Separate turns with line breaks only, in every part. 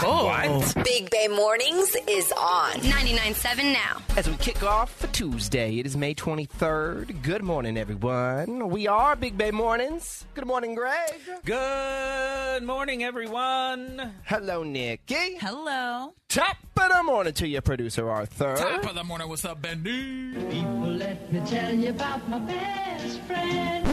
What?
Big Bay Mornings is on.
99.7 now.
As we kick off for Tuesday, it is May 23rd. Good morning, everyone. We are Big Bay Mornings. Good morning, Greg.
Good morning, everyone.
Hello, Nikki.
Hello.
Top of the morning to your producer, Arthur.
Top of the morning, what's up, Bendy?
Let me tell you about my best friend.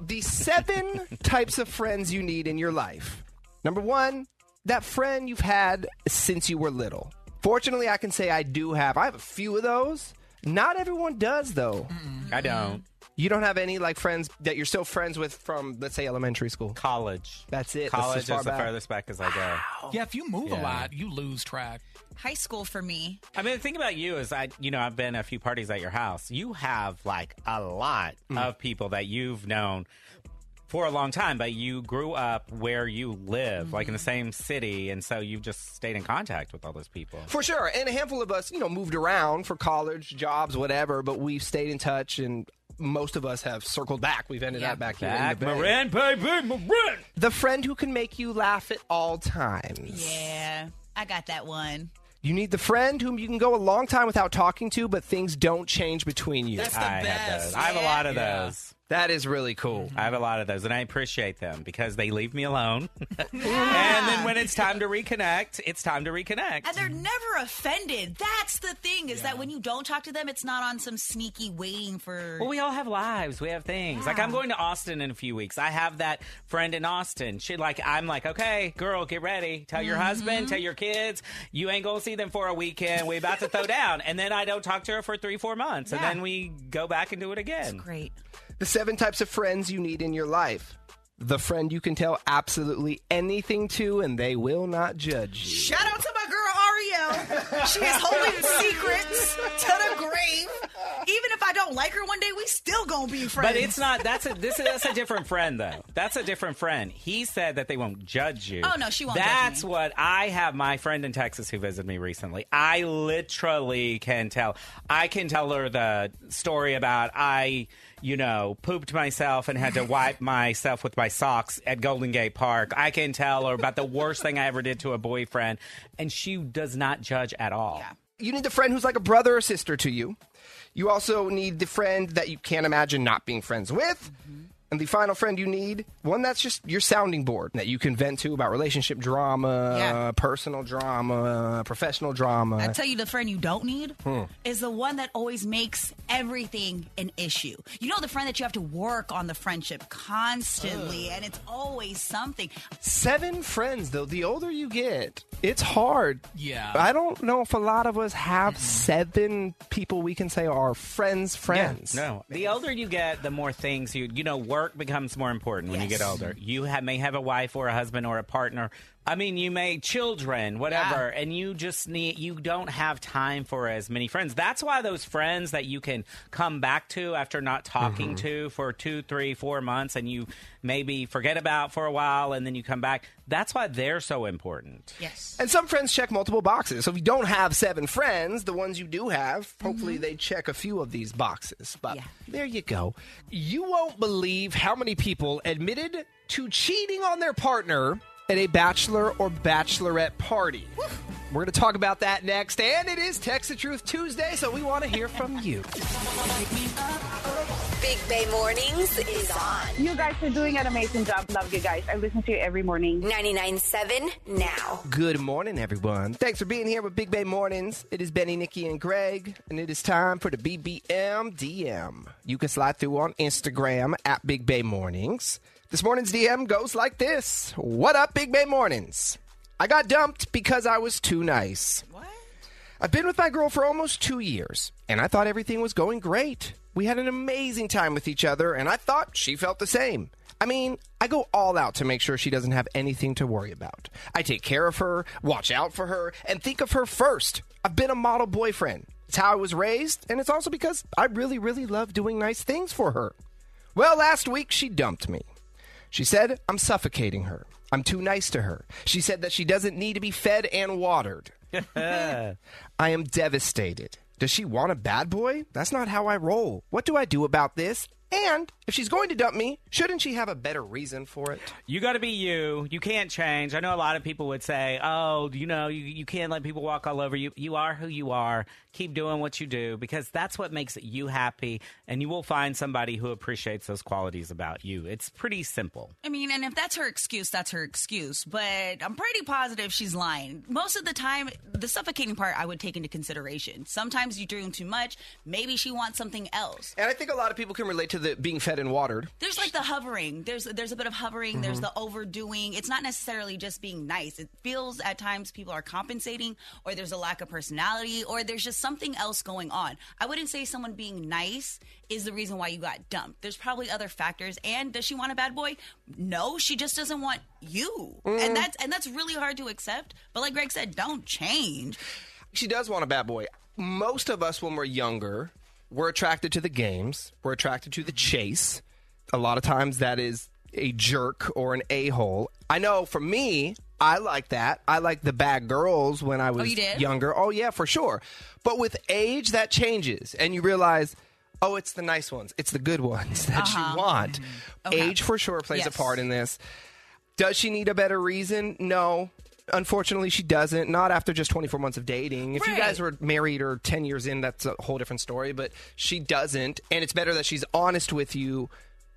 the seven types of friends you need in your life. Number one, that friend you've had since you were little. Fortunately, I can say I do have. I have a few of those. Not everyone does, though.
I don't.
You don't have any like friends that you're still friends with from, let's say, elementary school.
College.
That's it. That's
College
as far
is the
back.
furthest back as I go.
Yeah, if you move
Yeah.
a lot, you lose track.
High school for me.
I mean, the thing about you is, I, you know, I've been at a few parties at your house. You have like a lot
Mm.
of people that you've known for a long time, but you grew up where you live, like
Mm-hmm.
in the same city, and so you've just stayed in contact with all those people.
For sure. And a handful of us, you know, moved around for college, jobs, whatever, but we've stayed in touch and most of us have circled back. We've ended
Yeah.
up back here. in
Back,
the Bay.
Marin, baby, Marin.
The friend who can make you laugh at all times.
Yeah, I got that one.
You need the friend whom you can go a long time without talking to, but things don't change between you.
That's the
I have
best.
those. I have a lot of
Yeah.
those.
that is really cool.
I have a lot of those, and I appreciate them because they leave me alone. and then when it's time to reconnect, it's time to reconnect.
And they're never offended. That's the thing is that when you don't talk to them, it's not on some sneaky waiting for.
Well, we all have lives. We have things. Like I'm going to Austin in a few weeks. I have that friend in Austin. She like I'm like, okay, girl, get ready. Tell your husband, tell your kids, you ain't gonna see them for a weekend. We about to throw down, and then I don't talk to her for three, four months, and
Yeah.
then we go back and do it again.
Great.
The seven types of friends you need in your life. The friend you can tell absolutely anything to, and they will not judge you.
Shout out to my girl Ariel. She is holding secrets to the grave. Even if I don't like her one day, we still gonna be friends.
But it's not. That's a this is that's a different friend though. That's a different friend. He said that they won't judge you.
Oh, no, she won't judge
That's
me.
what I have. My friend in Texas who visited me recently. I literally can tell. I can tell her the story about I, you know, pooped myself and had to wipe myself with my socks at Golden Gate Park. I can tell her about the worst thing I ever did to a boyfriend, and she does not judge at all.
You need the friend who's like a brother or sister to you. You also need the friend that you can't imagine not being friends with. And the final friend you need, one that's just your sounding board that you can vent to about relationship drama,
Yeah.
personal drama, professional drama.
I tell you, the friend you don't need is the one that always makes everything an issue. You know, the friend that you have to work on the friendship constantly, and it's always something.
Seven friends, though, the older you get, it's hard.
Yeah.
I don't know if a lot of us have seven people we can say are friends, friends.
No. The older you get, the more things you you know, work becomes more important when you get older. You have, may have a wife or a husband or a partner. I mean, you may children, whatever, and you just need you don't have time for as many friends. That's why those friends that you can come back to after not talking to for two, three, four months and you maybe forget about for a while and then you come back. That's why they're so important.
Yes.
And some friends check multiple boxes. So if you don't have seven friends, the ones you do have, hopefully they check a few of these boxes. But
Yeah.
there you go. You won't believe how many people admitted to cheating on their partner at a bachelor or bachelorette party. We're going to talk about that next. And it is Text the Truth Tuesday, so we want to hear from you.
Big Bay Mornings is on.
You guys are doing an amazing job. Love you guys. I listen to you every morning.
99.7 now.
Good morning, everyone. Thanks for being here with Big Bay Mornings. It is Benny, Nikki, and Greg, and it is time for the BBM DM. You can slide through on Instagram at Big Bay Mornings. This morning's DM goes like this What up, Big Bay Mornings? I got dumped because I was too nice.
What?
I've been with my girl for almost two years, and I thought everything was going great. We had an amazing time with each other, and I thought she felt the same. I mean, I go all out to make sure she doesn't have anything to worry about. I take care of her, watch out for her, and think of her first. I've been a model boyfriend. It's how I was raised, and it's also because I really, really love doing nice things for her. Well, last week she dumped me. She said, I'm suffocating her. I'm too nice to her. She said that she doesn't need to be fed and watered. I am devastated. Does she want a bad boy? That's not how I roll. What do I do about this? And if she's going to dump me, shouldn't she have a better reason for it?
You got to be you. You can't change. I know a lot of people would say, "Oh, you know, you, you can't let people walk all over you. You are who you are. Keep doing what you do because that's what makes you happy, and you will find somebody who appreciates those qualities about you. It's pretty simple.
I mean, and if that's her excuse, that's her excuse. But I'm pretty positive she's lying. Most of the time, the suffocating part I would take into consideration. Sometimes you dream too much. Maybe she wants something else.
And I think a lot of people can relate to the being fed and watered.
There's like the hovering. There's there's a bit of hovering. There's the overdoing. It's not necessarily just being nice. It feels at times people are compensating, or there's a lack of personality, or there's just something else going on. I wouldn't say someone being nice is the reason why you got dumped. There's probably other factors. And does she want a bad boy? No, she just doesn't want you. And that's and that's really hard to accept. But like Greg said, don't change.
She does want a bad boy. Most of us, when we're younger, we're attracted to the games, we're attracted to the chase. A lot of times that is a jerk or an a hole. I know for me, I like that. I like the bad girls when I was
you did?
younger. Oh, yeah, for sure. But with age, that changes, and you realize. Oh, it's the nice ones. It's the good ones that you want. Age for sure plays
Uh-huh. Mm-hmm. Yes.
a part in this. Does she need a better reason? No. Unfortunately, she doesn't. Not after just 24 months of dating. If you
Right.
guys were married or 10 years in, that's a whole different story, but she doesn't. And it's better that she's honest with you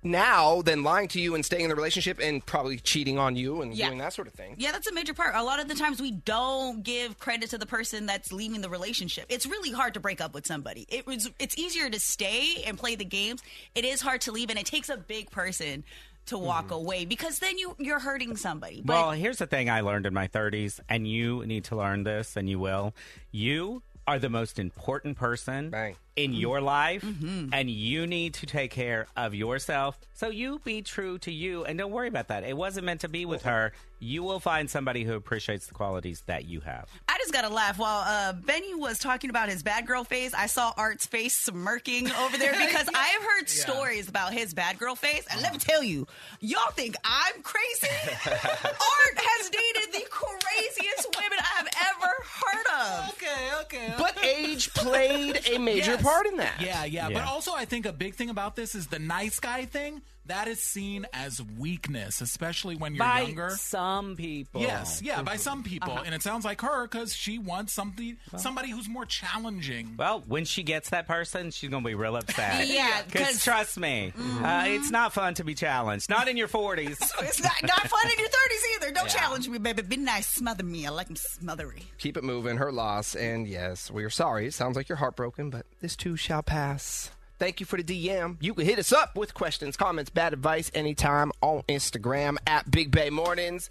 now than lying to you and staying in the relationship and probably cheating on you and
Yeah.
doing that sort of thing.
Yeah, that's a major part. A lot of the times we don't give credit to the person that's leaving the relationship. It's really hard to break up with somebody. It was it's easier to stay and play the games. It is hard to leave and it takes a big person to walk away because then you you're hurting somebody. But
well, here's the thing I learned in my 30s, and you need to learn this, and you will. You are the most important person
Bang.
Mm-hmm.
in your life, and you need to take care of yourself. So you be true to you, and don't worry about that. It wasn't meant to be with her. You will find somebody who appreciates the qualities that you have.
I just got to laugh while uh, Benny was talking about his bad girl phase. I saw Art's face smirking over there because I have heard stories about his bad girl phase, and let me tell you, y'all think I'm crazy. Art has dated the craziest women I have ever heard of.
Okay, okay.
But age played a major
Yes.
part in that.
Yeah, yeah, But
Yeah.
also, I think a big thing about this is the nice guy thing. That is seen as weakness, especially when you're
By Oh,
younger.
some people.
Yes, yeah, by some people,
Uh-huh.
and it sounds like her because she wants something, somebody who's more challenging.
Well, when she gets that person, she's going to be real upset.
Yeah,
Because
'cause-
trust me,
Mm-hmm.
uh, it's not fun to be challenged. Not in your 40s.
It's not, not fun in your 30s either. Don't challenge me, baby. Be nice. Smother me. I like them smothery.
Keep it moving, her loss. And yes, we are sorry. It sounds like you're heartbroken, but this too shall pass. Thank you for the DM. You can hit us up with questions, comments, bad advice anytime on Instagram at Big Bay Mornings.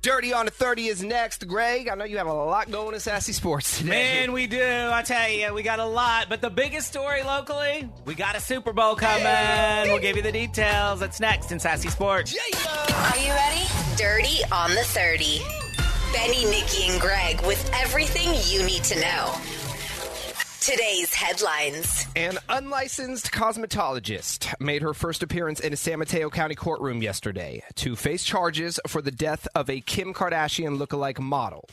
Dirty on the 30 is next. Greg, I know you have a lot going in Sassy Sports today.
Man, we do. I tell you, we got a lot. But the biggest story locally, we got a Super Bowl coming. We'll give you the details. That's next in Sassy Sports.
Are you ready? Dirty on the 30. Benny, Nikki, and Greg with everything you need to know. Today's headlines.
An unlicensed cosmetologist made her first appearance in a San Mateo County courtroom yesterday to face charges for the death of a Kim Kardashian lookalike model.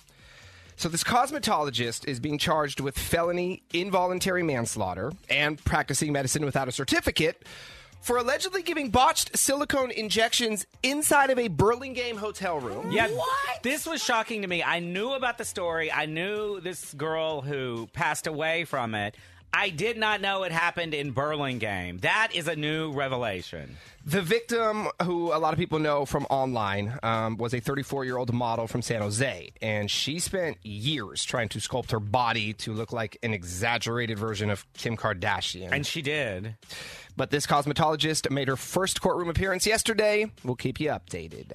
So, this cosmetologist is being charged with felony involuntary manslaughter and practicing medicine without a certificate for allegedly giving botched silicone injections inside of a Burlingame hotel room.
Yeah, this was shocking to me. I knew about the story. I knew this girl who passed away from it. I did not know it happened in Burlingame. That is a new revelation.
The victim, who a lot of people know from online, um, was a 34 year old model from San Jose. And she spent years trying to sculpt her body to look like an exaggerated version of Kim Kardashian.
And she did.
But this cosmetologist made her first courtroom appearance yesterday. We'll keep you updated.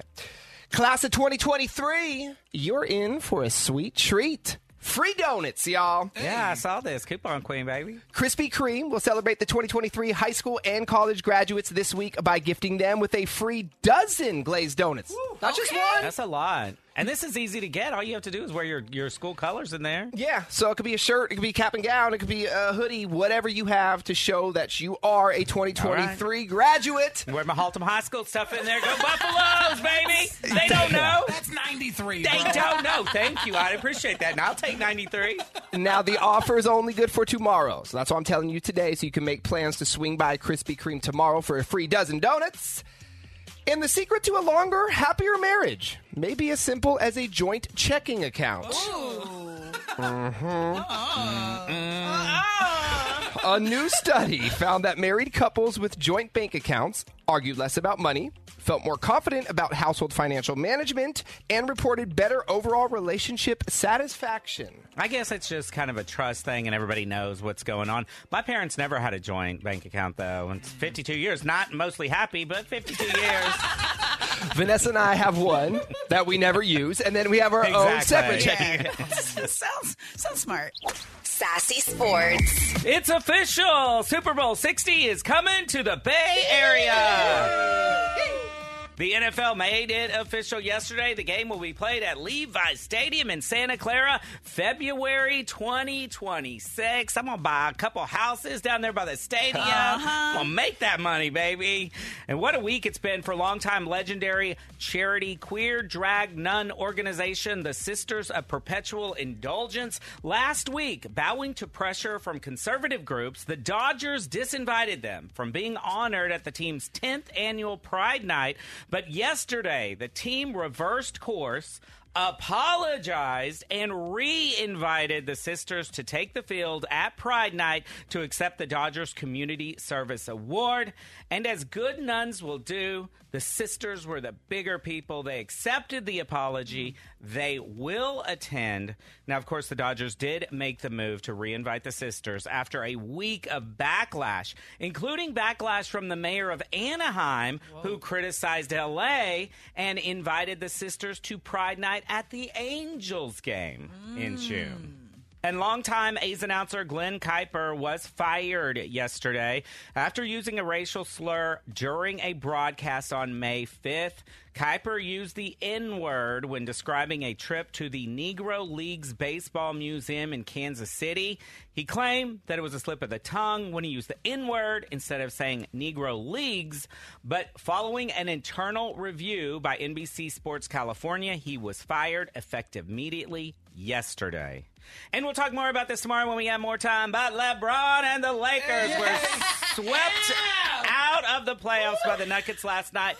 Class of 2023, you're in for a sweet treat. Free donuts, y'all.
Yeah, I saw this. Coupon Queen, baby.
Krispy Kreme will celebrate the 2023 high school and college graduates this week by gifting them with a free dozen glazed donuts. Not just one.
That's a lot. And this is easy to get. All you have to do is wear your, your school colors in there.
Yeah, so it could be a shirt, it could be cap and gown, it could be a hoodie, whatever you have to show that you are a 2023 graduate.
Wear my Haltom High School stuff in there. Go Buffaloes, baby! They don't know.
That's 93.
They
bro.
don't know. Thank you. I appreciate that. And I'll take 93.
Now, the offer is only good for tomorrow, so that's why I'm telling you today, so you can make plans to swing by Krispy Kreme tomorrow for a free dozen donuts. And the secret to a longer, happier marriage may be as simple as a joint checking account. A new study found that married couples with joint bank accounts argued less about money, felt more confident about household financial management, and reported better overall relationship satisfaction.
I guess it's just kind of a trust thing, and everybody knows what's going on. My parents never had a joint bank account, though. It's 52 years. Not mostly happy, but 52 years.
Vanessa and I have one that we never use, and then we have our own separate
Exactly.
checking.
sounds sounds smart.
Sassy Sports.
It's official. Super Bowl 60 is coming to the Bay Area. The NFL made it official yesterday. The game will be played at Levi's Stadium in Santa Clara, February 2026. I'm going to buy a couple houses down there by the stadium. I'm going to make that money, baby. And what a week it's been for longtime legendary charity queer drag nun organization, the Sisters of Perpetual Indulgence. Last week, bowing to pressure from conservative groups, the Dodgers disinvited them from being honored at the team's 10th annual Pride Night. But yesterday, the team reversed course. Apologized and re invited the sisters to take the field at Pride Night to accept the Dodgers Community Service Award. And as good nuns will do, the sisters were the bigger people. They accepted the apology. They will attend. Now, of course, the Dodgers did make the move to reinvite the sisters after a week of backlash, including backlash from the mayor of Anaheim, who criticized LA and invited the sisters to Pride Night at the Angels game in June. And longtime A's announcer Glenn Kuiper was fired yesterday after using a racial slur during a broadcast on May 5th. Kuiper used the N word when describing a trip to the Negro Leagues Baseball Museum in Kansas City. He claimed that it was a slip of the tongue when he used the N word instead of saying Negro Leagues. But following an internal review by NBC Sports California, he was fired effective immediately yesterday. And we'll talk more about this tomorrow when we have more time. But LeBron and the Lakers were swept out of the playoffs by the Nuggets last night.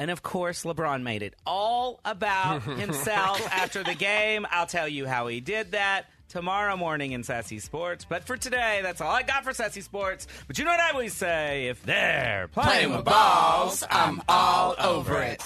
And of course, LeBron made it all about himself after the game. I'll tell you how he did that tomorrow morning in Sassy Sports. But for today, that's all I got for Sassy Sports. But you know what I always say if they're playing with balls, I'm all over it.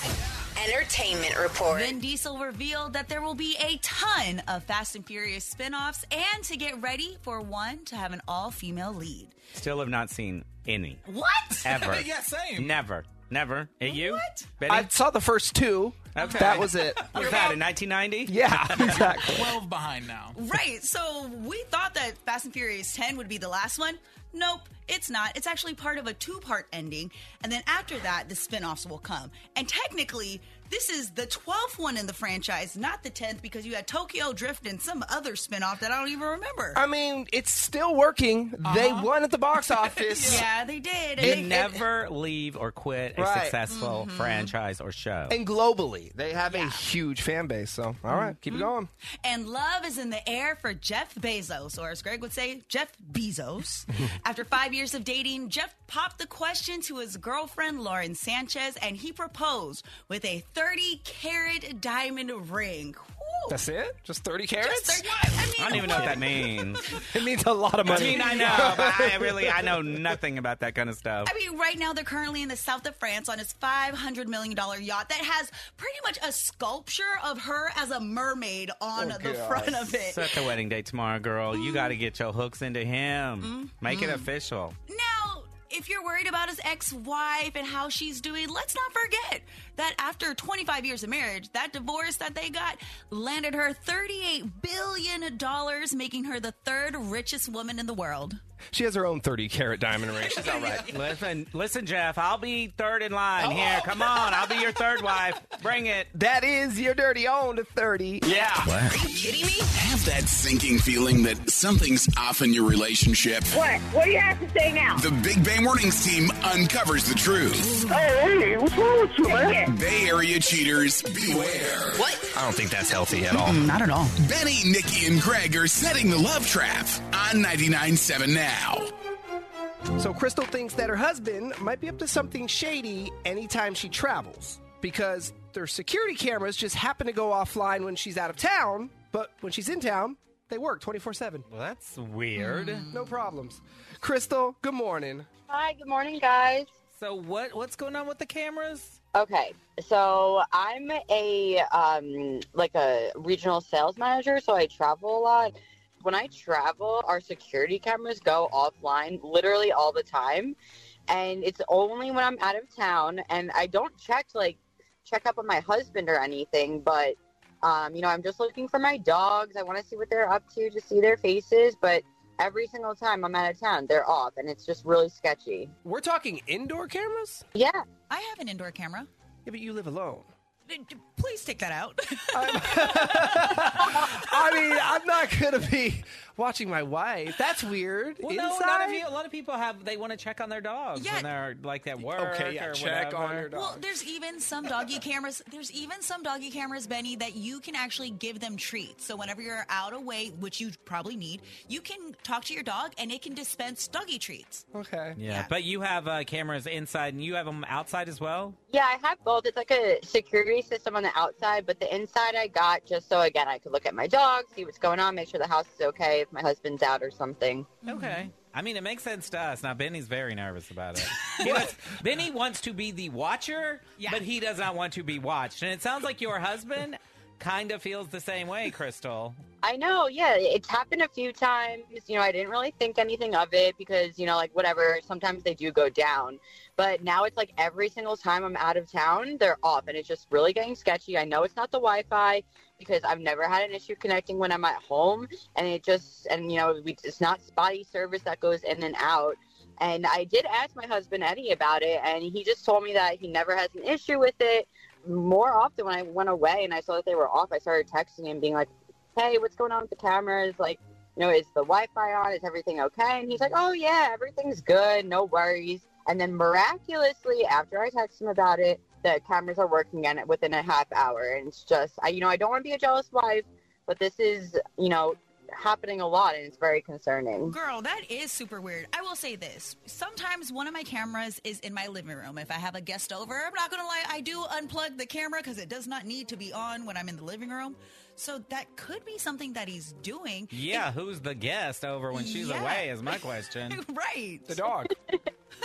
Entertainment Report.
Vin Diesel revealed that there will be a ton of Fast and Furious spin-offs and to get ready for one to have an all-female lead.
Still have not seen any.
What?
Ever.
Yeah, same.
Never. Never. And you?
What?
Betty?
I saw the first two.
Okay.
That was it.
What was that in 1990?
Yeah, exactly.
12 behind now.
Right. So we thought that Fast and Furious 10 would be the last one. Nope, it's not. It's actually part of a two part ending. And then after that, the spin offs will come. And technically, this is the 12th one in the franchise, not the 10th, because you had Tokyo Drift and some other spin off that I don't even remember.
I mean, it's still working. They
Uh-huh.
won at the box office.
yeah, they did. And Mm-hmm.
They
they-
never leave or quit a
Right.
successful franchise or show.
And globally, they have a huge fan base. So, all right, keep it
Mm-hmm.
going.
And love is in the air for Jeff Bezos, or as Greg would say, Jeff Bezos. After five years of dating, Jeff popped the question to his girlfriend, Lauren Sanchez, and he proposed with a 30 carat diamond ring. Woo!
That's it? Just 30
Just
carats?
30 I, mean,
I don't even know what that means.
It means a lot of
I
money.
mean, I know, but I really, I know nothing about that kind of stuff.
I mean, right now they're currently in the south of France on his $500 million yacht that has pretty much a sculpture of her as a mermaid on the front of it. Mm-hmm.
Set the wedding day tomorrow, girl. You got to get your hooks into him. Make it official.
Now, if you're worried about his ex-wife and how she's doing, let's not forget that after 25 years of marriage, that divorce that they got landed her 38 billion dollars, making her the third richest woman in the world.
She has her own 30 carat diamond ring. She's all right.
Listen, listen, Jeff. I'll be third in line
Oh.
here. Come on, I'll be your third wife. Bring it.
That is your dirty on to 30. Yeah.
Are you kidding me?
Have that sinking feeling that something's off in your relationship?
What? What do you have to say now?
The Big Bang Warnings team uncovers the truth.
Oh,
hey, what's wrong with you, man?
Bay Area cheaters, beware.
What?
I don't think that's healthy at all.
Not at all.
Benny, Nikki, and Greg are setting the love trap on 99.7 now.
So Crystal thinks that her husband might be up to something shady anytime she travels because their security cameras just happen to go offline when she's out of town, but when she's in town, they work 24 7.
Well, that's weird.
Mm.
No problems. Crystal, good morning.
Hi, good morning, guys.
So what? What's going on with the cameras?
Okay, so I'm a um, like a regional sales manager, so I travel a lot. When I travel, our security cameras go offline literally all the time, and it's only when I'm out of town. And I don't check like check up on my husband or anything, but um, you know, I'm just looking for my dogs. I want to see what they're up to, to see their faces, but. Every single time I'm out of town, they're off, and it's just really sketchy.
We're talking indoor cameras?
Yeah,
I have an indoor camera.
Yeah, but you live alone.
D- d- Please take that out.
I mean, I'm not going to be watching my wife. That's weird.
Well,
Inside?
no, not if you, a lot of people have. They want to check on their dogs
Yeah.
when they're like at work.
Okay, yeah,
or
check on
whatever.
your dog.
Well, there's even some doggy cameras. There's even some doggy cameras, Benny, that you can actually give them treats. So whenever you're out away, which you probably need, you can talk to your dog and it can dispense doggy treats.
okay.
Yeah,
Yeah.
but you have uh, cameras inside, and you have them outside as well.
Yeah, I have both. It's like a security system on the outside, but the inside I got just so again I could look at my dog, see what's going on, make sure the house is okay if my husband's out or something.
Mm-hmm.
Okay. I mean, it makes sense to us. Now, Benny's very nervous about it. He wants- Benny wants to be the watcher,
Yeah.
but he does not want to be watched. And it sounds like your husband kind of feels the same way, Crystal.
I know, yeah, it's happened a few times. You know, I didn't really think anything of it because, you know, like whatever, sometimes they do go down. But now it's like every single time I'm out of town, they're off and it's just really getting sketchy. I know it's not the Wi Fi because I've never had an issue connecting when I'm at home and it just, and you know, we, it's not spotty service that goes in and out. And I did ask my husband Eddie about it and he just told me that he never has an issue with it. More often when I went away and I saw that they were off, I started texting him being like, hey, what's going on with the cameras? Like, you know, is the Wi Fi on? Is everything okay? And he's like, oh, yeah, everything's good. No worries. And then miraculously, after I text him about it, the cameras are working again within a half hour. And it's just, I, you know, I don't want to be a jealous wife, but this is, you know, happening a lot and it's very concerning.
Girl, that is super weird. I will say this. Sometimes one of my cameras is in my living room. If I have a guest over, I'm not going to lie, I do unplug the camera because it does not need to be on when I'm in the living room. So that could be something that he's doing.
Yeah, who's the guest over when she's
Yeah.
away is my question.
Right.
Mm. The dog.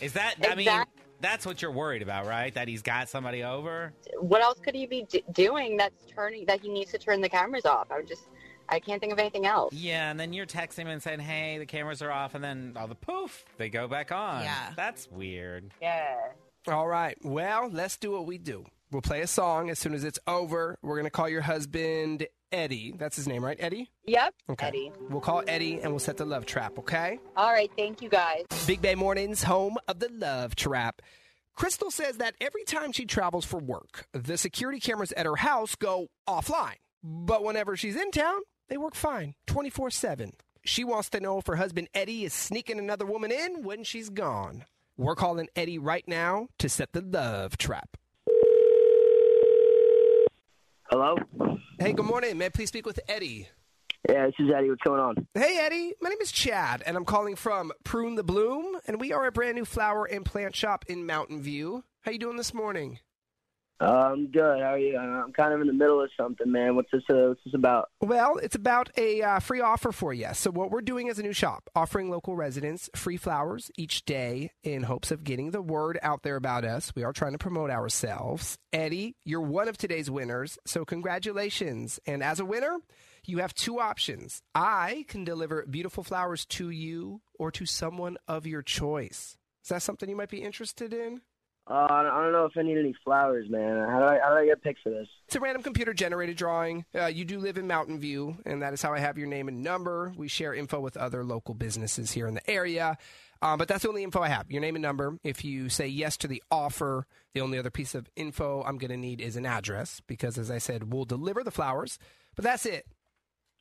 Is that, I mean,
Exact-
that's what you're worried about, right? That he's got somebody over?
What else could he be d- doing that's turning, that he needs to turn the cameras off? I'm just, I can't think of anything else.
Yeah, and then you're texting him and saying, hey, the cameras are off, and then all the poof, they go back on.
Yeah.
That's weird.
Yeah.
All right. Well, let's do what we do. We'll play a song as soon as it's over. We're going to call your husband Eddie. That's his name, right? Eddie?
Yep.
Okay.
Eddie.
We'll call Eddie and we'll set the love trap, okay?
All right. Thank you guys.
Big Bay Mornings, home of the love trap. Crystal says that every time she travels for work, the security cameras at her house go offline. But whenever she's in town, they work fine 24 7. She wants to know if her husband Eddie is sneaking another woman in when she's gone. We're calling Eddie right now to set the love trap.
Hello?
Hey, good morning. May I please speak with Eddie?
Yeah, this is Eddie. What's going on?
Hey, Eddie. My name is Chad, and I'm calling from Prune the Bloom, and we are a brand new flower and plant shop in Mountain View. How you doing this morning?
I'm good. How are you? Uh, I'm kind of in the middle of something, man. What's this? Uh, what's this about?
Well, it's about a uh, free offer for you. So, what we're doing as a new shop, offering local residents free flowers each day in hopes of getting the word out there about us. We are trying to promote ourselves. Eddie, you're one of today's winners. So, congratulations. And as a winner, you have two options. I can deliver beautiful flowers to you or to someone of your choice. Is that something you might be interested in?
Uh, I don't- I don't know if I need any flowers, man. Uh, How do I? How do I get picked for this?
It's a random computer generated drawing. Uh, you do live in Mountain View, and that is how I have your name and number. We share info with other local businesses here in the area. Um, but that's the only info I have your name and number. If you say yes to the offer, the only other piece of info I'm going to need is an address because, as I said, we'll deliver the flowers. But that's it.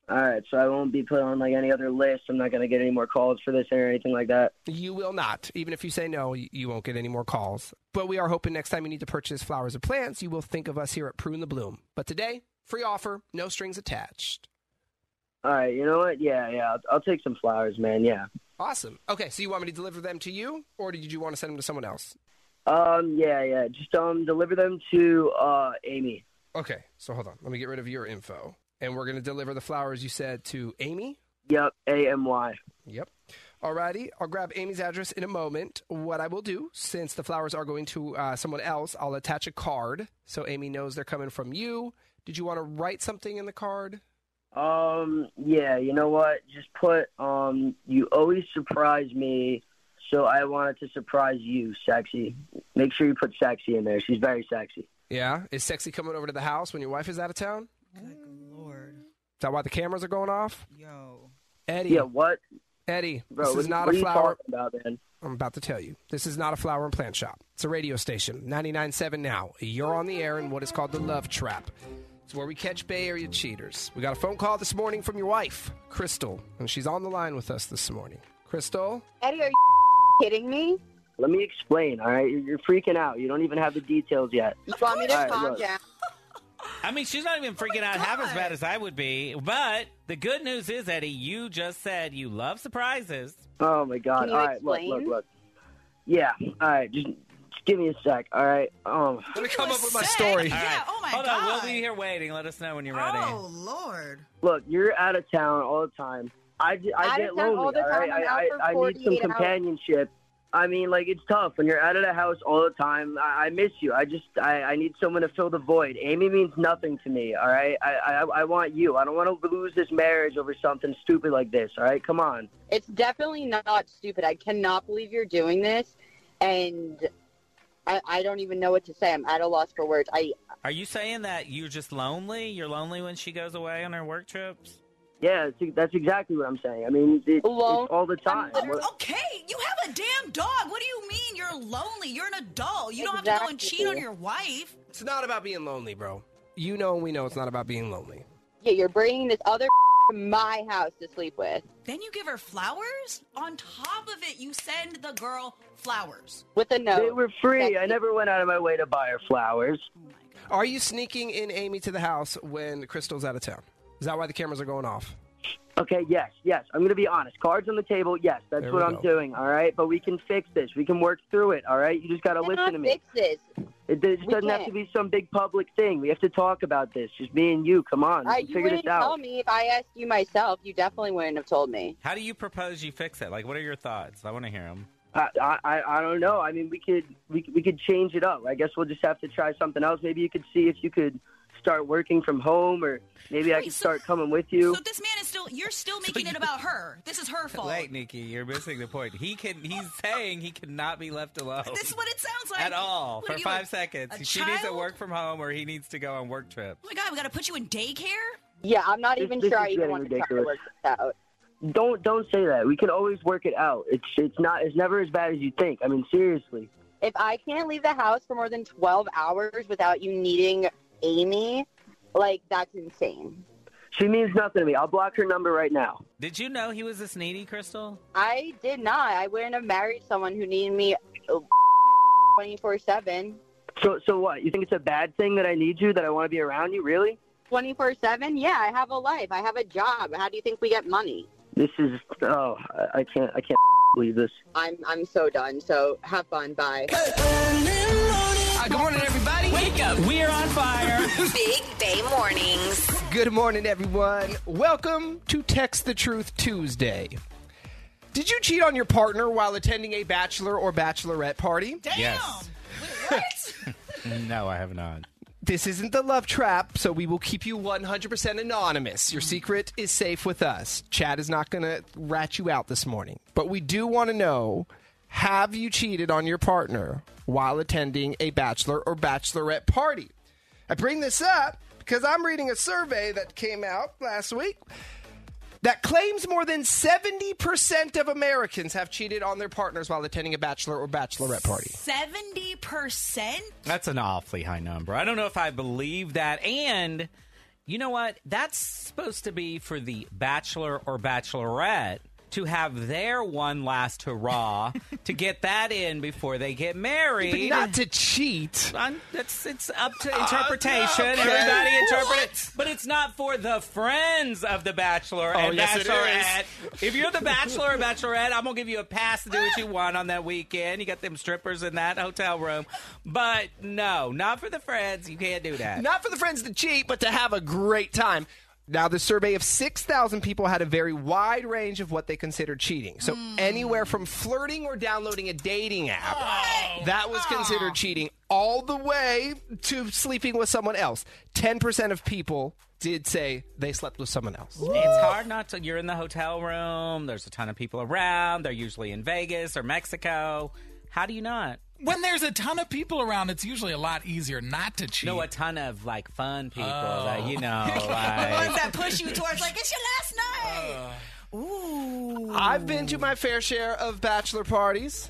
All right, so I won't be put on like any other list. I'm not gonna get any more calls for this or anything like that.
You will not. Even if you say no, y- you won't get any more calls. But we are hoping next time you need to purchase flowers or plants, you will think of us here at Prune the Bloom. But today, free offer, no strings attached.
All right, you know what? Yeah, yeah. I'll, I'll take some flowers, man. Yeah.
Awesome. Okay, so you want me to deliver them to you, or did you want to send them to someone else?
Um, yeah, yeah. Just um, deliver them to uh Amy.
Okay, so hold on. Let me get rid of your info. And we're going to deliver the flowers you said to Amy.
Yep, A M Y.
Yep. Alrighty, I'll grab Amy's address in a moment. What I will do, since the flowers are going to uh, someone else, I'll attach a card so Amy knows they're coming from you. Did you want to write something in the card?
Um, yeah. You know what? Just put um, you always surprise me, so I wanted to surprise you, sexy. Make sure you put sexy in there. She's very sexy.
Yeah. Is sexy coming over to the house when your wife is out of town? Good lord. Is that why the cameras are going off?
Yo.
Eddie.
Yeah. What?
Eddie,
Bro,
this
what
is
are-
not
what
a
are you
flower.
talking about, man?
I'm about to tell you. This is not a flower and plant shop. It's a radio station, 99.7 now. You're on the air in what is called the Love Trap. It's where we catch Bay Area cheaters. We got a phone call this morning from your wife, Crystal, and she's on the line with us this morning. Crystal?
Eddie, are you kidding me?
Let me explain. All right, you're, you're freaking out. You don't even have the details yet.
You want me to
All right,
calm
look.
down?
I mean, she's not
Oh
even freaking out half as bad as I would be. But the good news is, Eddie, you just said you love surprises.
Oh my god.
Can you
all right, look,
explain?
look, look. Yeah. All right, just, just give me a sec. All right. Um.
Let me come up with my story.
Yeah,
All right.
oh my
Hold
God.
on, we'll be here waiting. Let us know when you're ready.
Oh, Lord.
Look, you're out of town all the time. I, ju- I
Out
get
of town
lonely.
all the
all
time.
right?
I'm out
I,
for
I, I need some
48 hours.
companionship. I mean, like it's tough when you're out of the house all the time. I, I miss you. I just I, I need someone to fill the void. Amy means nothing to me. All right, I I, I want you. I don't want to lose this marriage over something stupid like this. All right, come on.
It's definitely not stupid. I cannot believe you're doing this, and I, I don't even know what to say. I'm at a loss for words. I
Are you saying that you're just lonely? You're lonely when she goes away on her work trips?
Yeah, that's, that's exactly what I'm saying. I mean, it, it's
Alone.
all the time.
literally-
Okay, you have a damn dog. What do you mean you're lonely? You're an adult. You don't have to go and cheat on
Exactly.
your wife.
It's not about being lonely, bro. You know, and we know it's not about being lonely.
yeah, you're bringing this other to my house to sleep with
Then you give her flowers? On top of it, you send the girl flowers.
with a note.
They were free. I
Sexy.
never went out of my way to buy her flowers.
Are you sneaking in Amy to the house when Crystal's out of town? Is that why the cameras are going off?
Okay, yes, yes. I'm going to be honest. Cards on the table, yes, that's
There
what
we go.
I'm doing, all right? But we can fix this. We can work through it, all right? You just got to
Cannot
listen to me.
Fix this.
It, it just
We
doesn't have
can't.
to be some big public thing. We have to talk about this. Just me and you. Come on.
Uh,
we can
you
figure
wouldn't
this
tell
out.
me if I asked you myself. You definitely wouldn't have told me.
How do you propose you fix it? Like, what are your thoughts? I want to hear them.
I, I, I- I don't know. I mean, we could we, could- we could change it up. I guess we'll just have to try something else. Maybe you could see if you could start working from home or maybe I
Wait,
could
so-
start coming with you.
So this man is still, you're still making it
you-
about her. This is her fault.
Wait, Nikki, you're missing the point. He can. He's saying he cannot be left alone
This is what it sounds like.
at all
What
for
are you,
five
a-
seconds.
a
she needs to
child?
work from home, or he needs to go on work trips.
Oh my God, we got to put you in daycare?
Yeah, I'm not
This-
even
this
sure
is
I even
getting
want to try to
ridiculous.
work this out.
Don't don't say that. We can always work it out. It's it's not it's never as bad as you think. I mean, seriously.
If I can't leave the house for more than 12 hours without you needing Amy, like that's insane.
She means nothing to me. I'll block her number right now.
Did you know he was this needy, Crystal?
I did not. I wouldn't have married someone who needed me oh, 24 7.
So, so what? You think it's a bad thing that I need you? That I want to be around you? Really?
24 7? Yeah, I have a life. I have a job. How do you think we get money?
This is oh, I, I can't, I can't believe this.
I'm, I'm so done. So have fun. Bye.
I Good morning, everybody.
Wake up. We are on fire.
Big Bay Mornings.
Good morning, everyone. Welcome to Text the Truth Tuesday. Did you cheat on your partner while attending a bachelor or bachelorette party?
Yes. no, I have not.
This isn't the love trap, so we will keep you 100% anonymous. Your secret is safe with us. Chad is not going to rat you out this morning. But we do want to know have you cheated on your partner while attending a bachelor or bachelorette party? I bring this up because I'm reading a survey that came out last week that claims more than 70% of Americans have cheated on their partners while attending a bachelor or bachelorette party.
Seventy percent.
That's an awfully high number. I don't know if I believe that. And you know what? That's supposed to be for the bachelor or bachelorette to have their one last hurrah to get that in before they get married.
But not to cheat.
I'm- that's it's up to interpretation.
okay.
Everybody interpret it. But it's not for the friends of the bachelor
Oh,
and
yes, it is.
bachelorette. If you're the bachelor or bachelorette, I'm gonna give you a pass to do what you want on that weekend. You got them strippers in that hotel room. But no, not for the friends. You can't do that.
Not for the friends to cheat, but to have a great time. Now, the survey of 6,000 people had a very wide range of what they considered cheating. So,
Hmm.
anywhere from flirting or downloading a dating app, that was
Ah.
considered cheating, all the way to sleeping with someone else. 10% of people did say they slept with someone else.
It's hard not to. You're in the hotel room. There's a ton of people around. They're usually in Vegas or Mexico. How do you not?
When there's a ton of people around, it's usually a lot easier not to cheat.
know a ton of like fun people that you know like
Ones that push you towards like it's your last
Uh.
night. Ooh.
I've been to my fair share of bachelor parties.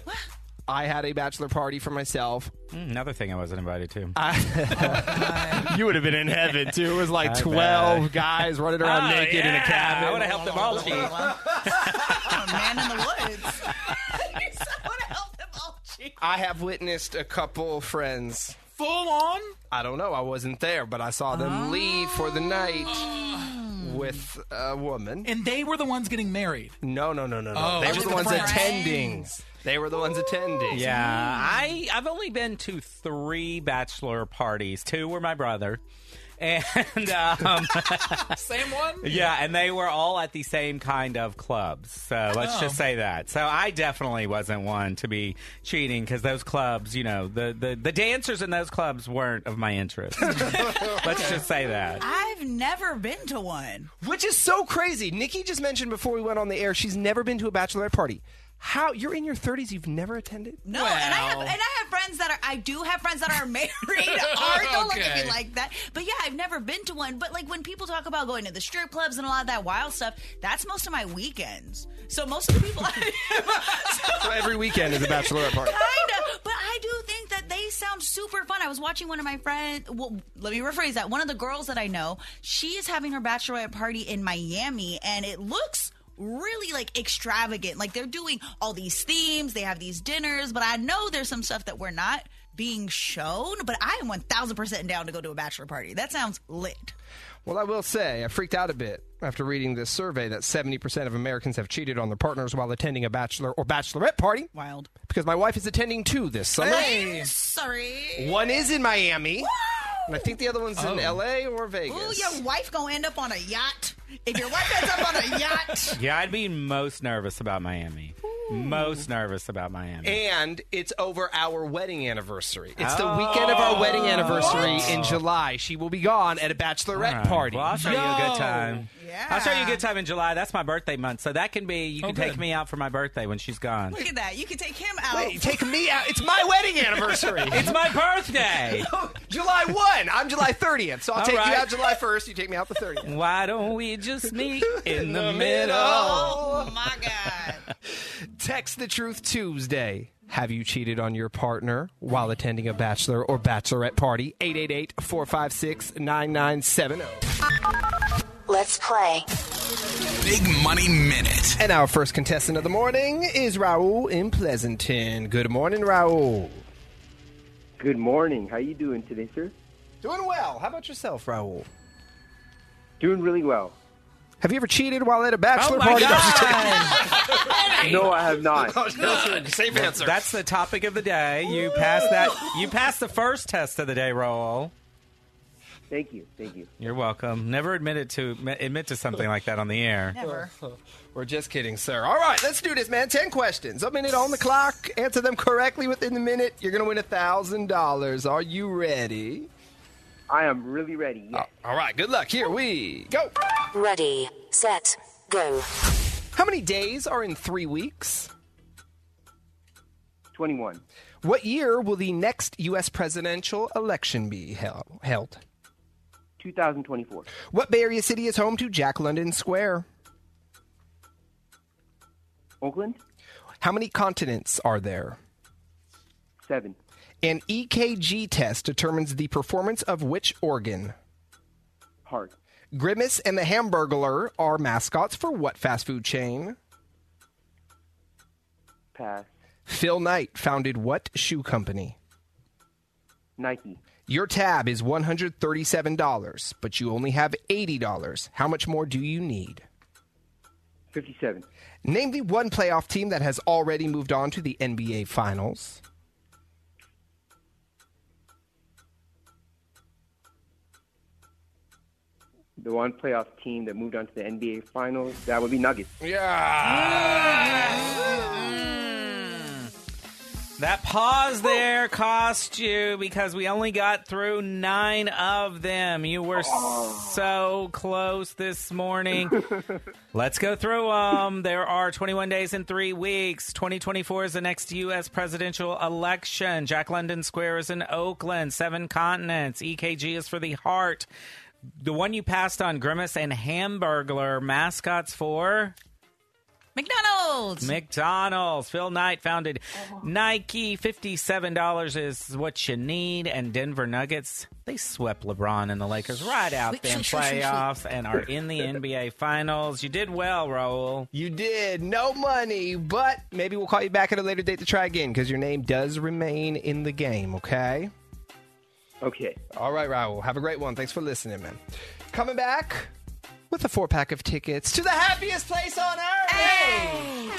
I had a bachelor party for myself.
mm, another thing I wasn't invited to.
You would have been in heaven too. It was like
I
twelve guys running around naked in a cabin.
Oh, I would have helped them all cheat.
Oh, man in the woods. Someone help them all cheat.
I have witnessed a couple friends.
Full on?
I don't know. I wasn't there, but I saw them leave for the night with a woman.
And they were the ones getting married.
No, no, no, no, no.
Oh,
they
just
were the
with
ones
friends.
attending. They were the ones attending.
Yeah, I I've only been to three bachelor parties. Two were my brother, and um,
Same one?
yeah, and they were all at the same kind of clubs. So let's just say that. So I definitely wasn't one to be cheating because those clubs, you know, the, the the dancers in those clubs weren't of my interest. let's just say that.
I've never been to one.
Which is so crazy. Nikki just mentioned before we went on the air she's never been to a bachelorette party. How you're in your 30s you've never attended?
No, and I have
Well.
and I have friends that are I do have friends that are married. Are don't look at
Okay.
me like that. But yeah, I've never been to one. But like when people talk about going to the strip clubs and a lot of that wild stuff, that's most of my weekends. So most of the people
So every weekend is a bachelorette party.
kind of. But I do think that they sound super fun. I was watching one of my friends. Well, let me rephrase that. One of the girls that I know, she is having her bachelorette party in Miami, and it looks really like extravagant. Like they're doing all these themes, they have these dinners, but I know there's some stuff that we're not being shown. But I am 1000% down to go to a bachelor party. That sounds lit.
Well, I will say, I freaked out a bit after reading this survey that 70% of Americans have cheated on their partners while attending a bachelor or bachelorette party
Wild.
because my wife is attending two this summer.
Sorry.
One is in Miami, and I think the other one's
Oh.
in LA or Vegas.
Ooh, your wife gonna end up on a yacht. If your wife ends up on a yacht,
Yeah, I'd be most nervous about Miami. Most nervous about Miami.
And it's over our wedding anniversary. It's
Oh.
the weekend of our wedding anniversary in July. She will be gone at a bachelorette
All right.
party.
Well, I'll show you a
No.
good time.
Yeah.
I'll show you a good time in July. That's my birthday month. So that can be, you can take
good.
me out for my birthday when she's gone.
look at that. You can take him out.
Hey, take me out. It's my wedding anniversary.
It's my birthday.
July 1. I'm July 30th. So I'll
All
take you
right.
out July 1st. You take me out the 30th.
Why don't we just meet in the middle?
Oh my god.
Text the Truth Tuesday. Have you cheated on your partner while attending a bachelor or bachelorette party? 888 456 9970.
Let's play.
Big Money Minute.
And our first contestant of the morning is Raul in Pleasanton. Good morning, Raul.
Good morning. How you doing today, sir?
Doing well. How about yourself, Raul?
Doing really well.
Have you ever cheated while at a bachelor
Oh my
party?
God.
No, I have not.
Oh, Safe answer.
That's the topic of the day. You passed that. You passed the first test of the day, Roel.
Thank you. Thank you.
You're welcome. Never admit it to admit to something like that on the air.
Never.
We're just kidding, sir. All right, let's do this, man. Ten questions, a minute on the clock. Answer them correctly within the minute. You're gonna win a thousand dollars. Are you ready?
I am really ready. Yes.
All right. Good luck. Here we go.
Ready, set, go.
How many days are in three weeks?
21.
What year will the next U.S. presidential election be hel- held?
2024.
What Bay Area city is home to Jack London Square?
Oakland?
How many continents are there?
7.
An EKG test determines the performance of which organ?
Heart.
Grimace and the Hamburglar are mascots for what fast food chain?
Pass.
Phil Knight founded what shoe company?
Nike.
Your tab is $137, but you only have $80. How much more do you need?
57.
Name the one playoff team that has already moved on to the NBA Finals.
The one playoff team that moved on to the NBA Finals, that would be Nuggets.
That pause there cost you because we only got through nine of them. You were so close this morning. Let's go through them. There are 21 days and three weeks. 2024 is the next U.S. presidential election. Jack London Square is in Oakland. Seven continents. EKG is for the heart. The one you passed on, Grimace and Hamburglar, mascots for?
McDonald's.
McDonald's. Phil Knight founded Nike. $57 is what you need. And Denver Nuggets, they swept LeBron and the Lakers right out
Sweep,
there in
sweep, sweep, sweep, sweep.
playoffs and are in the NBA Finals. You did well, Raul.
You did. No money, but maybe we'll call you back at a later date to try again because your name does remain in the game, okay?
Okay.
All right, Raul. Have a great one. Thanks for listening, man. Coming back with a four pack of tickets to the happiest place on earth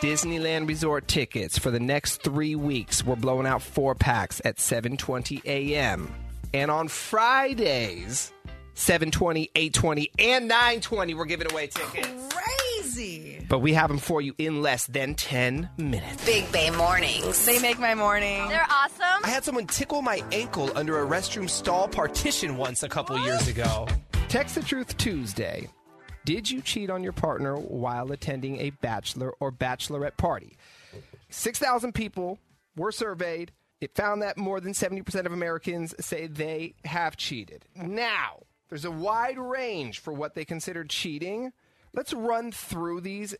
Disneyland Resort tickets for the next three weeks. We're blowing out four packs at 7:20 a.m. And on Fridays, 7:20, 8:20, and 9:20, we're giving away tickets.
Crazy.
But we have them for you in less than 10 minutes.
Big Bay Mornings.
They make my morning.
They're awesome.
I had someone tickle my ankle under a restroom stall partition once a couple years ago. Text the Truth Tuesday. Did you cheat on your partner while attending a bachelor or bachelorette party? 6,000 people were surveyed. It found that more than 70% of Americans say they have cheated. Now, there's a wide range for what they consider cheating. Let's run through these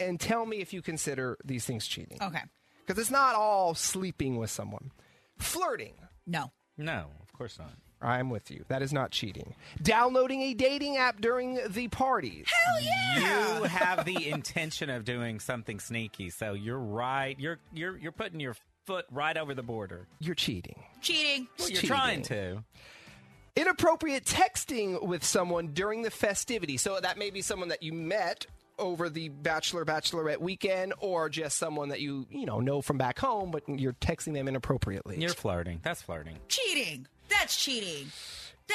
and tell me if you consider these things cheating.
Okay.
Because it's not all sleeping with someone. Flirting.
No.
No, of course not.
I'm with you. That is not cheating. Downloading a dating app during the party.
You have the intention of doing something sneaky, so you're right. You're you're you're putting your foot right over the border.
You're cheating.
Cheating.
Well, you're
Cheating.
trying to.
Inappropriate texting with someone during the festivity. So that may be someone that you met over the bachelor bachelorette weekend or just someone that you, you know, know from back home but you're texting them inappropriately.
You're flirting. That's flirting.
Cheating. That's cheating.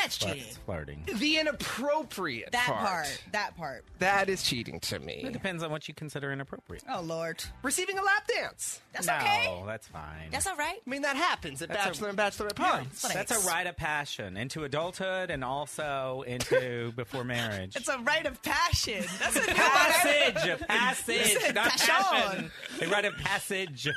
That's cheating.
That's flirting.
the inappropriate
That
part.
part. That part.
That is cheating to
It
me.
depends on what you consider inappropriate.
Oh Lord.
Receiving a lap dance.
That's
no,
okay.
that's fine.
That's all right.
I mean that happens at
That's a-
bachelor and bachelorette parties.
what I
That's a rite of passion into adulthood and also into before marriage.
It's a rite of passion. That's a
passage, a passage, not
passion.
passion. A rite of passage.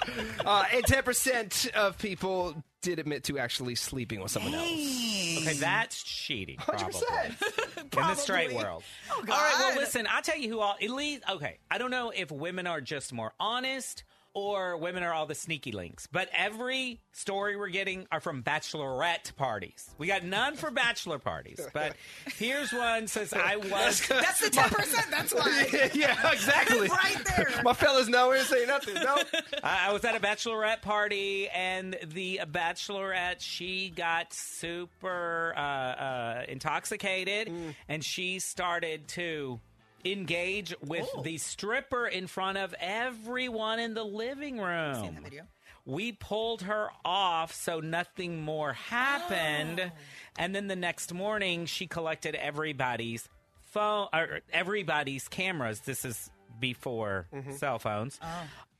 Uh, and ten percent of people did admit to actually sleeping with someone else.
Okay, that's cheating.
Hundred
Probably.
percent.
In the straight world. All right, well,
God.
listen, I'll tell you who all, at least, okay, I don't know if women are just more honest or women are all the sneaky links, but every story we're getting are from bachelorette parties. We got none for bachelor parties, but here's one since I was.
That's the ten percent. That's why.
yeah, exactly.
Right there.
My fellas know we didn't say nothing. No.
I I was at a bachelorette party, and the bachelorette she got
Mm.
super uh, uh, intoxicated, and she started to engage with
Oh.
the stripper in front of everyone in the living room.
Seen that video.
We pulled her off so nothing more happened. And then the next morning, she collected everybody's phone, or everybody's cameras. This is before cell phones.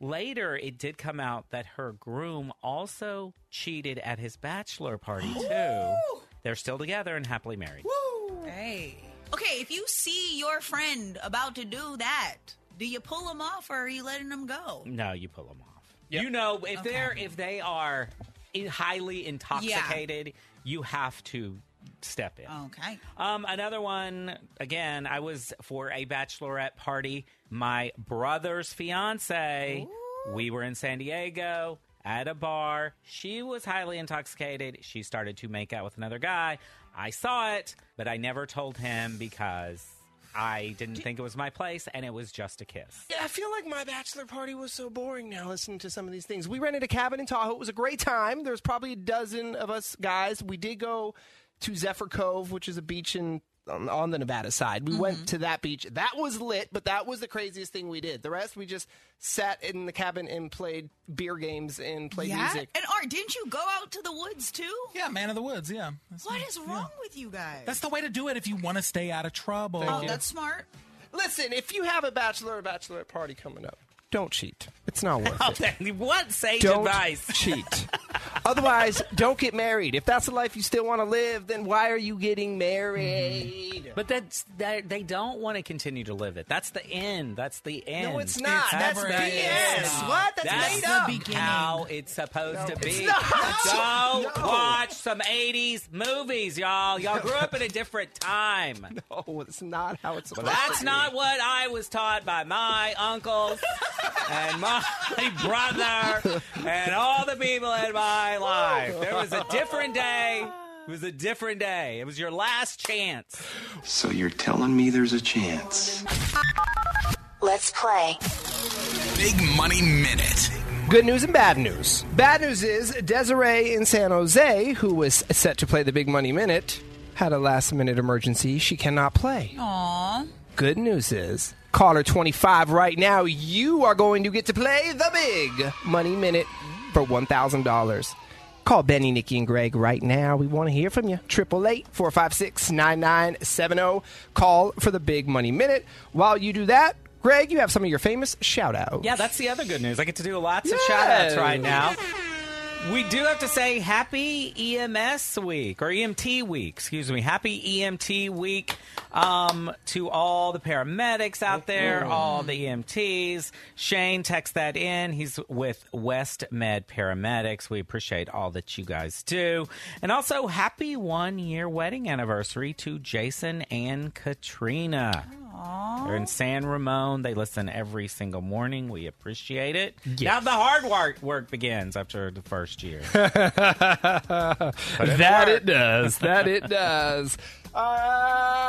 Later, it did come out that her groom also cheated at his bachelor party, too. They're still together and happily married.
Hey. Okay, if you see your friend about to do that, do you pull them off or are you letting them go?
No, you pull them off. You know, if they're if they are i- highly intoxicated, you have to step in.
Okay.
Um, another one. Again, I was for a bachelorette party. My brother's fiance. We were in San Diego at a bar. She was highly intoxicated. She started to make out with another guy. I saw it, but I never told him because I didn't think it was my place, and it was just a kiss.
Yeah, I feel like my bachelor party was so boring now listening to some of these things. We rented a cabin in Tahoe. It was a great time. There was probably a dozen of us guys. We did go to Zephyr Cove, which is a beach in on, on the Nevada side. We went to that beach. That was lit, but that was the craziest thing we did. The rest we just sat in the cabin and played beer games and played
yeah.
music.
And Art, didn't you go out to the woods too?
Yeah, man of the woods. Yeah. That's
What is wrong with you guys?
That's the way to do it if you want to stay out of trouble.
oh, that's smart.
Listen, if you have a bachelor or bachelorette party coming up, don't cheat. It's not worth it.
Oh, What sage
don't
advice?
cheat. Otherwise, don't get married. If that's the life you still want to live, then why are you getting married?
But that's that they don't want to continue to live it. That's the end. That's the end.
No, it's not. That's
never
BS.
is.
What? That's,
That's
made up.
how it's supposed to be.
it's not.
Go
No.
watch some '80s movies, y'all. Y'all grew up in a different time.
No, Oh, it's not how it's supposed
That's
to
not what I was taught by my uncles and my brother and all the people in my life. There was a different day. It was a different day. It was your last chance.
So you're telling me there's a chance?
Let's play.
Big Money Minute.
Good news and bad news. Bad news is Desiree in San Jose, who was set to play the Big Money Minute, had a last minute emergency. She cannot play.
Aw.
Good news is, caller 25 right now, you are going to get to play the big money minute for $1,000. Call Benny, Nikki, and Greg right now. We want to hear from you. 888 456 9970. oh. Call for the big money minute. While you do that, Greg, you have some of your famous shout outs.
Yeah, that's the other good news. I get to do lots of
Yes.
shout outs right now. We do have to say happy EMS week or EMT week, excuse me. Happy EMT week um, to all the paramedics out there, all the EMTs. Shane text that in. He's with West Med Paramedics. We appreciate all that you guys do. And also, happy one year wedding anniversary to Jason and Katrina. They're
Oh.
in San Ramon. They listen every single morning. We appreciate it. Now the hard work work begins after the first year.
that it does. That it does. Uh,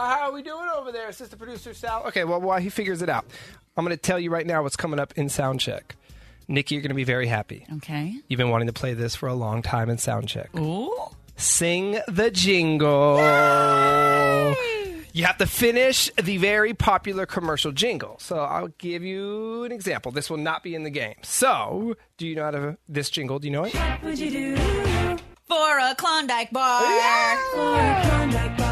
how are we doing over there, assistant producer Sal? Okay, well, while he figures it out, I'm going to tell you right now what's coming up in soundcheck. Nikki, you're going to be very happy.
Okay.
You've been wanting to play this for a long time in soundcheck.
Ooh.
Sing the jingle. You have to finish the very popular commercial jingle. So I'll give you an example. This will not be in the game. So, do you know how to this jingle? Do you know it?
Would you do
For a Klondike bar.
for a Klondike bar?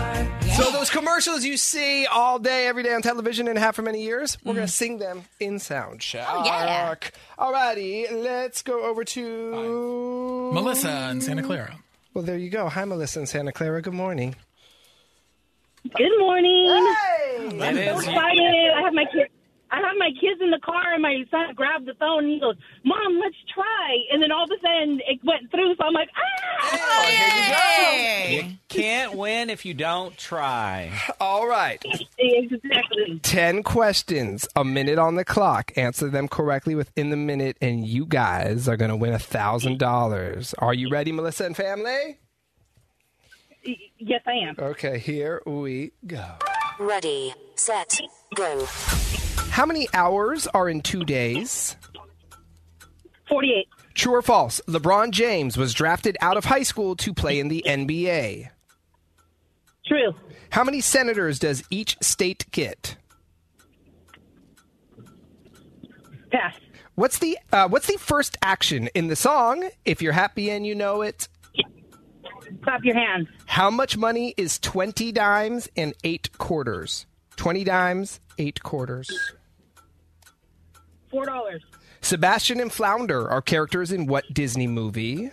So those commercials you see all day, every day on television and have for many years, we're gonna sing them in sound check. Oh
yeah.
Alrighty, let's go over to
Melissa and Santa Clara.
Well, there you go. Hi, Melissa and Santa Clara. Good morning.
Good morning.
It
I'm
is
so excited. I have my kids. I have my kids in the car, and my son grabbed the phone and he goes, "Mom, let's try." And then all of a sudden, it went through. So I'm like, "Ah!"
you can't win if you don't try.
All right.
Exactly.
Ten questions, a minute on the clock. Answer them correctly within the minute, and you guys are gonna win a thousand dollars. Are you ready, Melissa and family?
Yes, I am.
Okay, here we go.
Ready, set, go.
How many hours are in two days?
Forty-eight.
True or false? LeBron James was drafted out of high school to play in the NBA.
True.
How many senators does each state get?
Pass.
What's the uh, What's the first action in the song? If you're happy and you know it,
clap your hands.
How much money is twenty dimes and eight quarters? Twenty dimes, eight quarters.
Four dollars.
Sebastian and Flounder are characters in what Disney movie?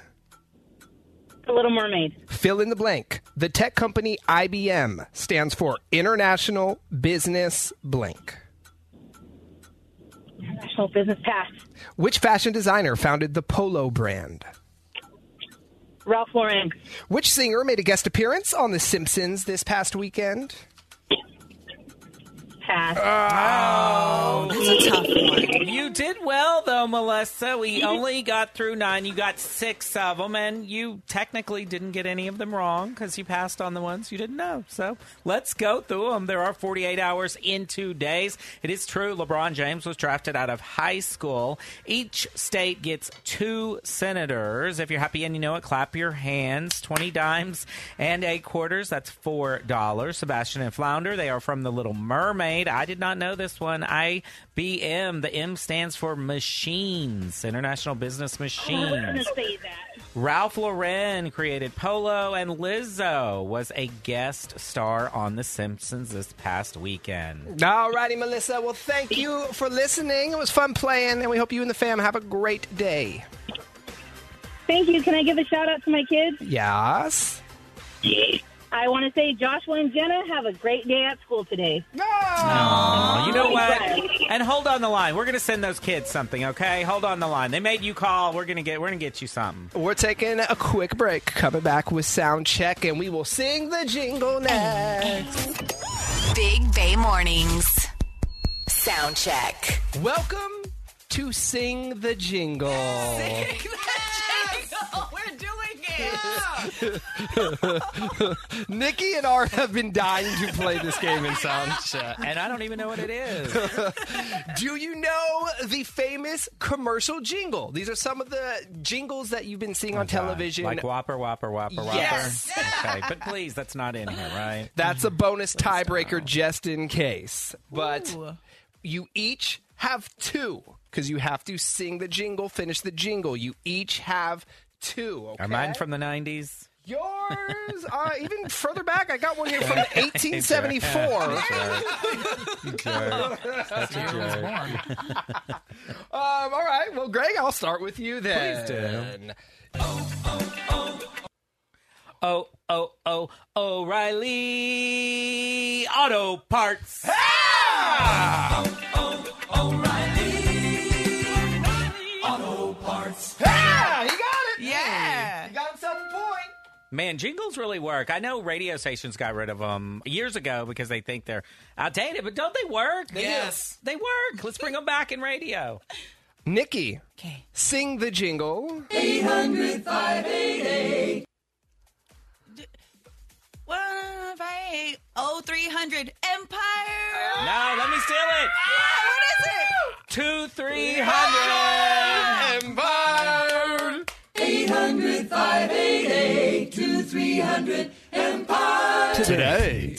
The Little Mermaid.
Fill in the blank. The tech company IBM stands for International Business Blank.
National business pass.
Which fashion designer founded the Polo brand?
Ralph Lauren.
Which singer made a guest appearance on The Simpsons this past weekend?
Pass.
Oh, that's a tough one. You did well though, Melissa. We only got through nine. You got six of them, and you technically didn't get any of them wrong because you passed on the ones you didn't know. So let's go through them. There are 48 hours in two days. It is true. LeBron James was drafted out of high school. Each state gets two senators. If you're happy and you know it, clap your hands. 20 dimes and eight quarters. That's four dollars. Sebastian and Flounder. They are from The Little Mermaid. I did not know this one. IBM. The M stands for machines. International Business
I was gonna
Machines.
say that.
Ralph Lauren created Polo, and Lizzo was a guest star on The Simpsons this past weekend.
Alrighty, Melissa. Well, thank you for listening. It was fun playing, and we hope you and the fam have a great day.
Thank you. Can I give a shout out to my kids?
Yes.
I want to say Joshua and Jenna have a great day at school today.
Aw, Oh, you
Oh,
know what? And hold on the line. We're gonna send those kids something, okay? Hold on the line. They made you call. We're gonna get. We're gonna get you something.
We're taking a quick break, coming back with sound check, and we will sing the jingle next.
Big Bay Mornings. Sound check.
Welcome to Sing the Jingle.
We're doing it.
Nikki and Art have been dying to play this game in sound check.
And I don't even know what it is.
Do you know the famous commercial jingle? These are some of the jingles that you've been seeing on television.
Oh, Like Whopper, Whopper, Whopper, Whopper.
Yes.
okay, but please, that's not in here, right?
That's a bonus tiebreaker just in case. But you each have two because you have to sing the jingle, finish the jingle. You each have two. Okay?
Are mine from the '90s?
Yours, uh, even further back, I got one here from 1874.
That's
That's a joke. Um, all right, well, Greg, I'll start with you then.
do. Oh, oh, oh, O'Reilly Auto Parts.
Ah, you got it.
Yeah.
You got himself a point.
Man, jingles really work. I know radio stations got rid of them years ago because they think they're outdated, but don't they work? They do.
Yes.
They work. Let's bring them back in radio.
Nikki, sing the jingle.
One five eight oh three hundred Empire.
No, let me steal it.
What
Two, three hundred.
Empire.
800 588 2300 Empire.
Today.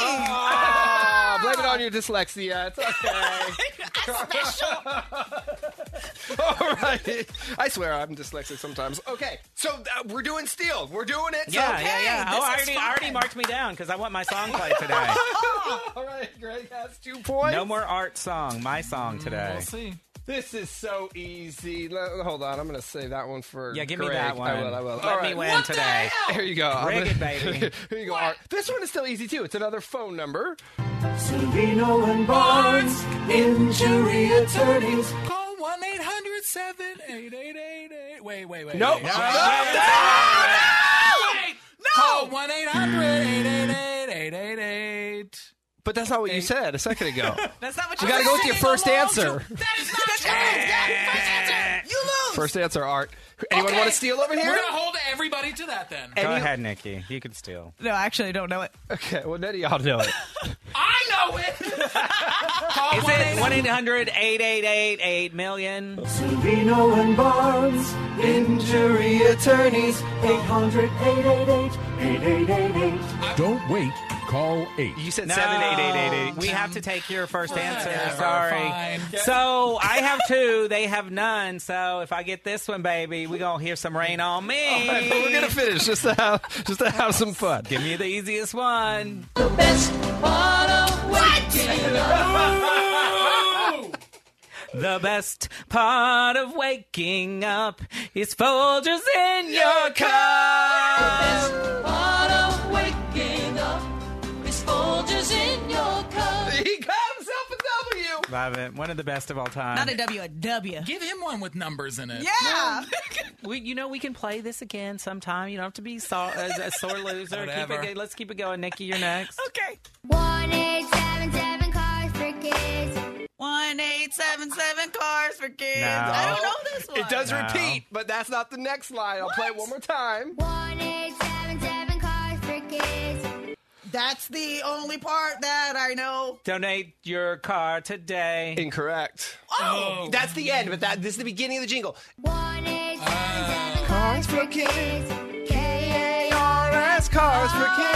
Ah, blame it on your dyslexia. It's okay. All right. I swear I'm dyslexic sometimes. Okay. So uh, we're doing steel. We're doing it.
Yeah,
So-
yeah, yeah.
Okay,
Oh, I
this is
already, I already
fun.
marked me down because I want my song played today.
All right. Greg has two points.
no more art song. My song today.
We'll see.
This is so easy. L- hold on. I'm going to save that one for
Yeah, give me
Greg.
that one.
I will. I will.
Let
All right.
me win today.
Here you go.
Rig it, baby.
Here you go. All right. This one is still easy too. It's another phone number.
Silvino and Barnes, injury attorneys.
Call 1 800 78888. Wait, wait, wait.
Nope.
wait.
No.
Wait. Call 1 800 888
But that's not what you said a second ago.
That's not what
We
you
got to go with
said.
your first answer.
That is not true. That is first answer. You lose.
First answer, Art. Anyone want to steal over
We're
here?
going to hold everybody to that then.
Go
Any-
ahead, Nikki. You can steal.
No, I actually don't know it.
Okay, well, none of y'all know it.
I know it. Call
Is
1
it one 800
800
888 8 million?
Silvino and Barnes, injury attorneys. 800 888 8888.
Don't wait. Call 8.
You
said
no,
seven, eight, eight, eight, eight.
We have to take your first answer.
Whatever,
Sorry.
fine.
So I have two. They have none. So if I get this one, baby, we gonna hear some rain on me.
All right, but we're gonna finish just to have just to have some fun.
Give me the easiest one.
The best part of waking up.
The best part of waking up is Folgers in your cup.
Part of waking up is Folgers in your cup.
He comes up a W.
Love it. One of the best of all time.
Not a W, a W.
Give him one with numbers in it.
Yeah.
we, you know, we can play this again sometime. You don't have to be so, a, a sore loser. keep
Whatever.
it, go- let's keep it going, Nikki. You're next.
Okay.
One eight seven seven cars for kids.
One eight seven seven cars for kids. I don't know this one.
It does
No.
repeat, but that's not the next line. I'll play it one more time.
One eight seven seven cars for kids.
That's the only part that I know.
Donate your car today.
Incorrect. Oh, that's the end. But that this is the beginning of the jingle.
One eight seven seven
cars for kids. K A R S cars for kids.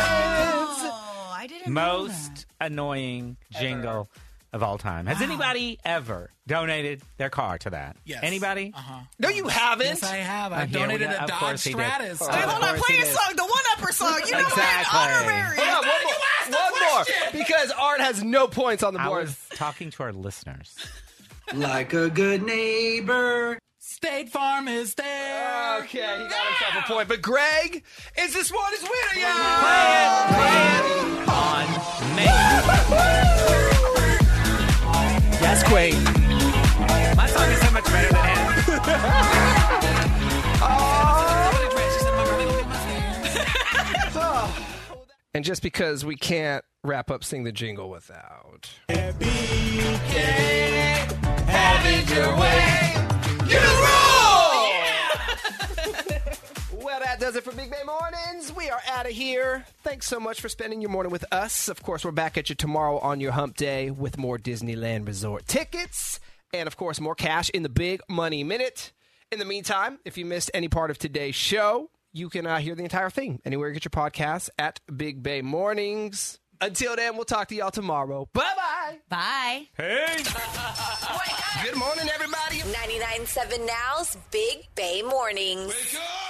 Oh,
Most annoying jingle of all time. Has anybody ever donated their car to that?
Yes.
Anybody?
Uh-huh.
No, you haven't.
Yes, I have.
Oh,
I've
here we
donated
go.
a
Of
Dodge
course he did.
Stratus.
Of Wait, hold on. course Play he your did. song,
the one-upper song. You know
Exactly.
what? Honorary.
Hold on, one more, one more, because Art has no points on the
I
board.
was talking to our listeners.
like a good neighbor.
State Farm is there.
Okay, he got himself a point. But Greg, is this one his winner?
On me.
Yes, Queen.
My song is so much better than his.
Oh. And just because we can't wrap up Sing the Jingle without.
Have it your way. You rule.
Well, that does it for Big Bay Mornings. We are out of here. Thanks so much for spending your morning with us. Of course, we're back at you tomorrow on your hump day with more Disneyland Resort tickets and, of course, more cash in the Big Money Minute. In the meantime, if you missed any part of today's show, you can uh, hear the entire thing anywhere you get your podcasts at Big Bay Mornings. Until then, we'll talk to y'all tomorrow. Bye bye.
Bye.
Hey.
Good morning, everybody. 99.7 Now's Big Bay Mornings. Wake up!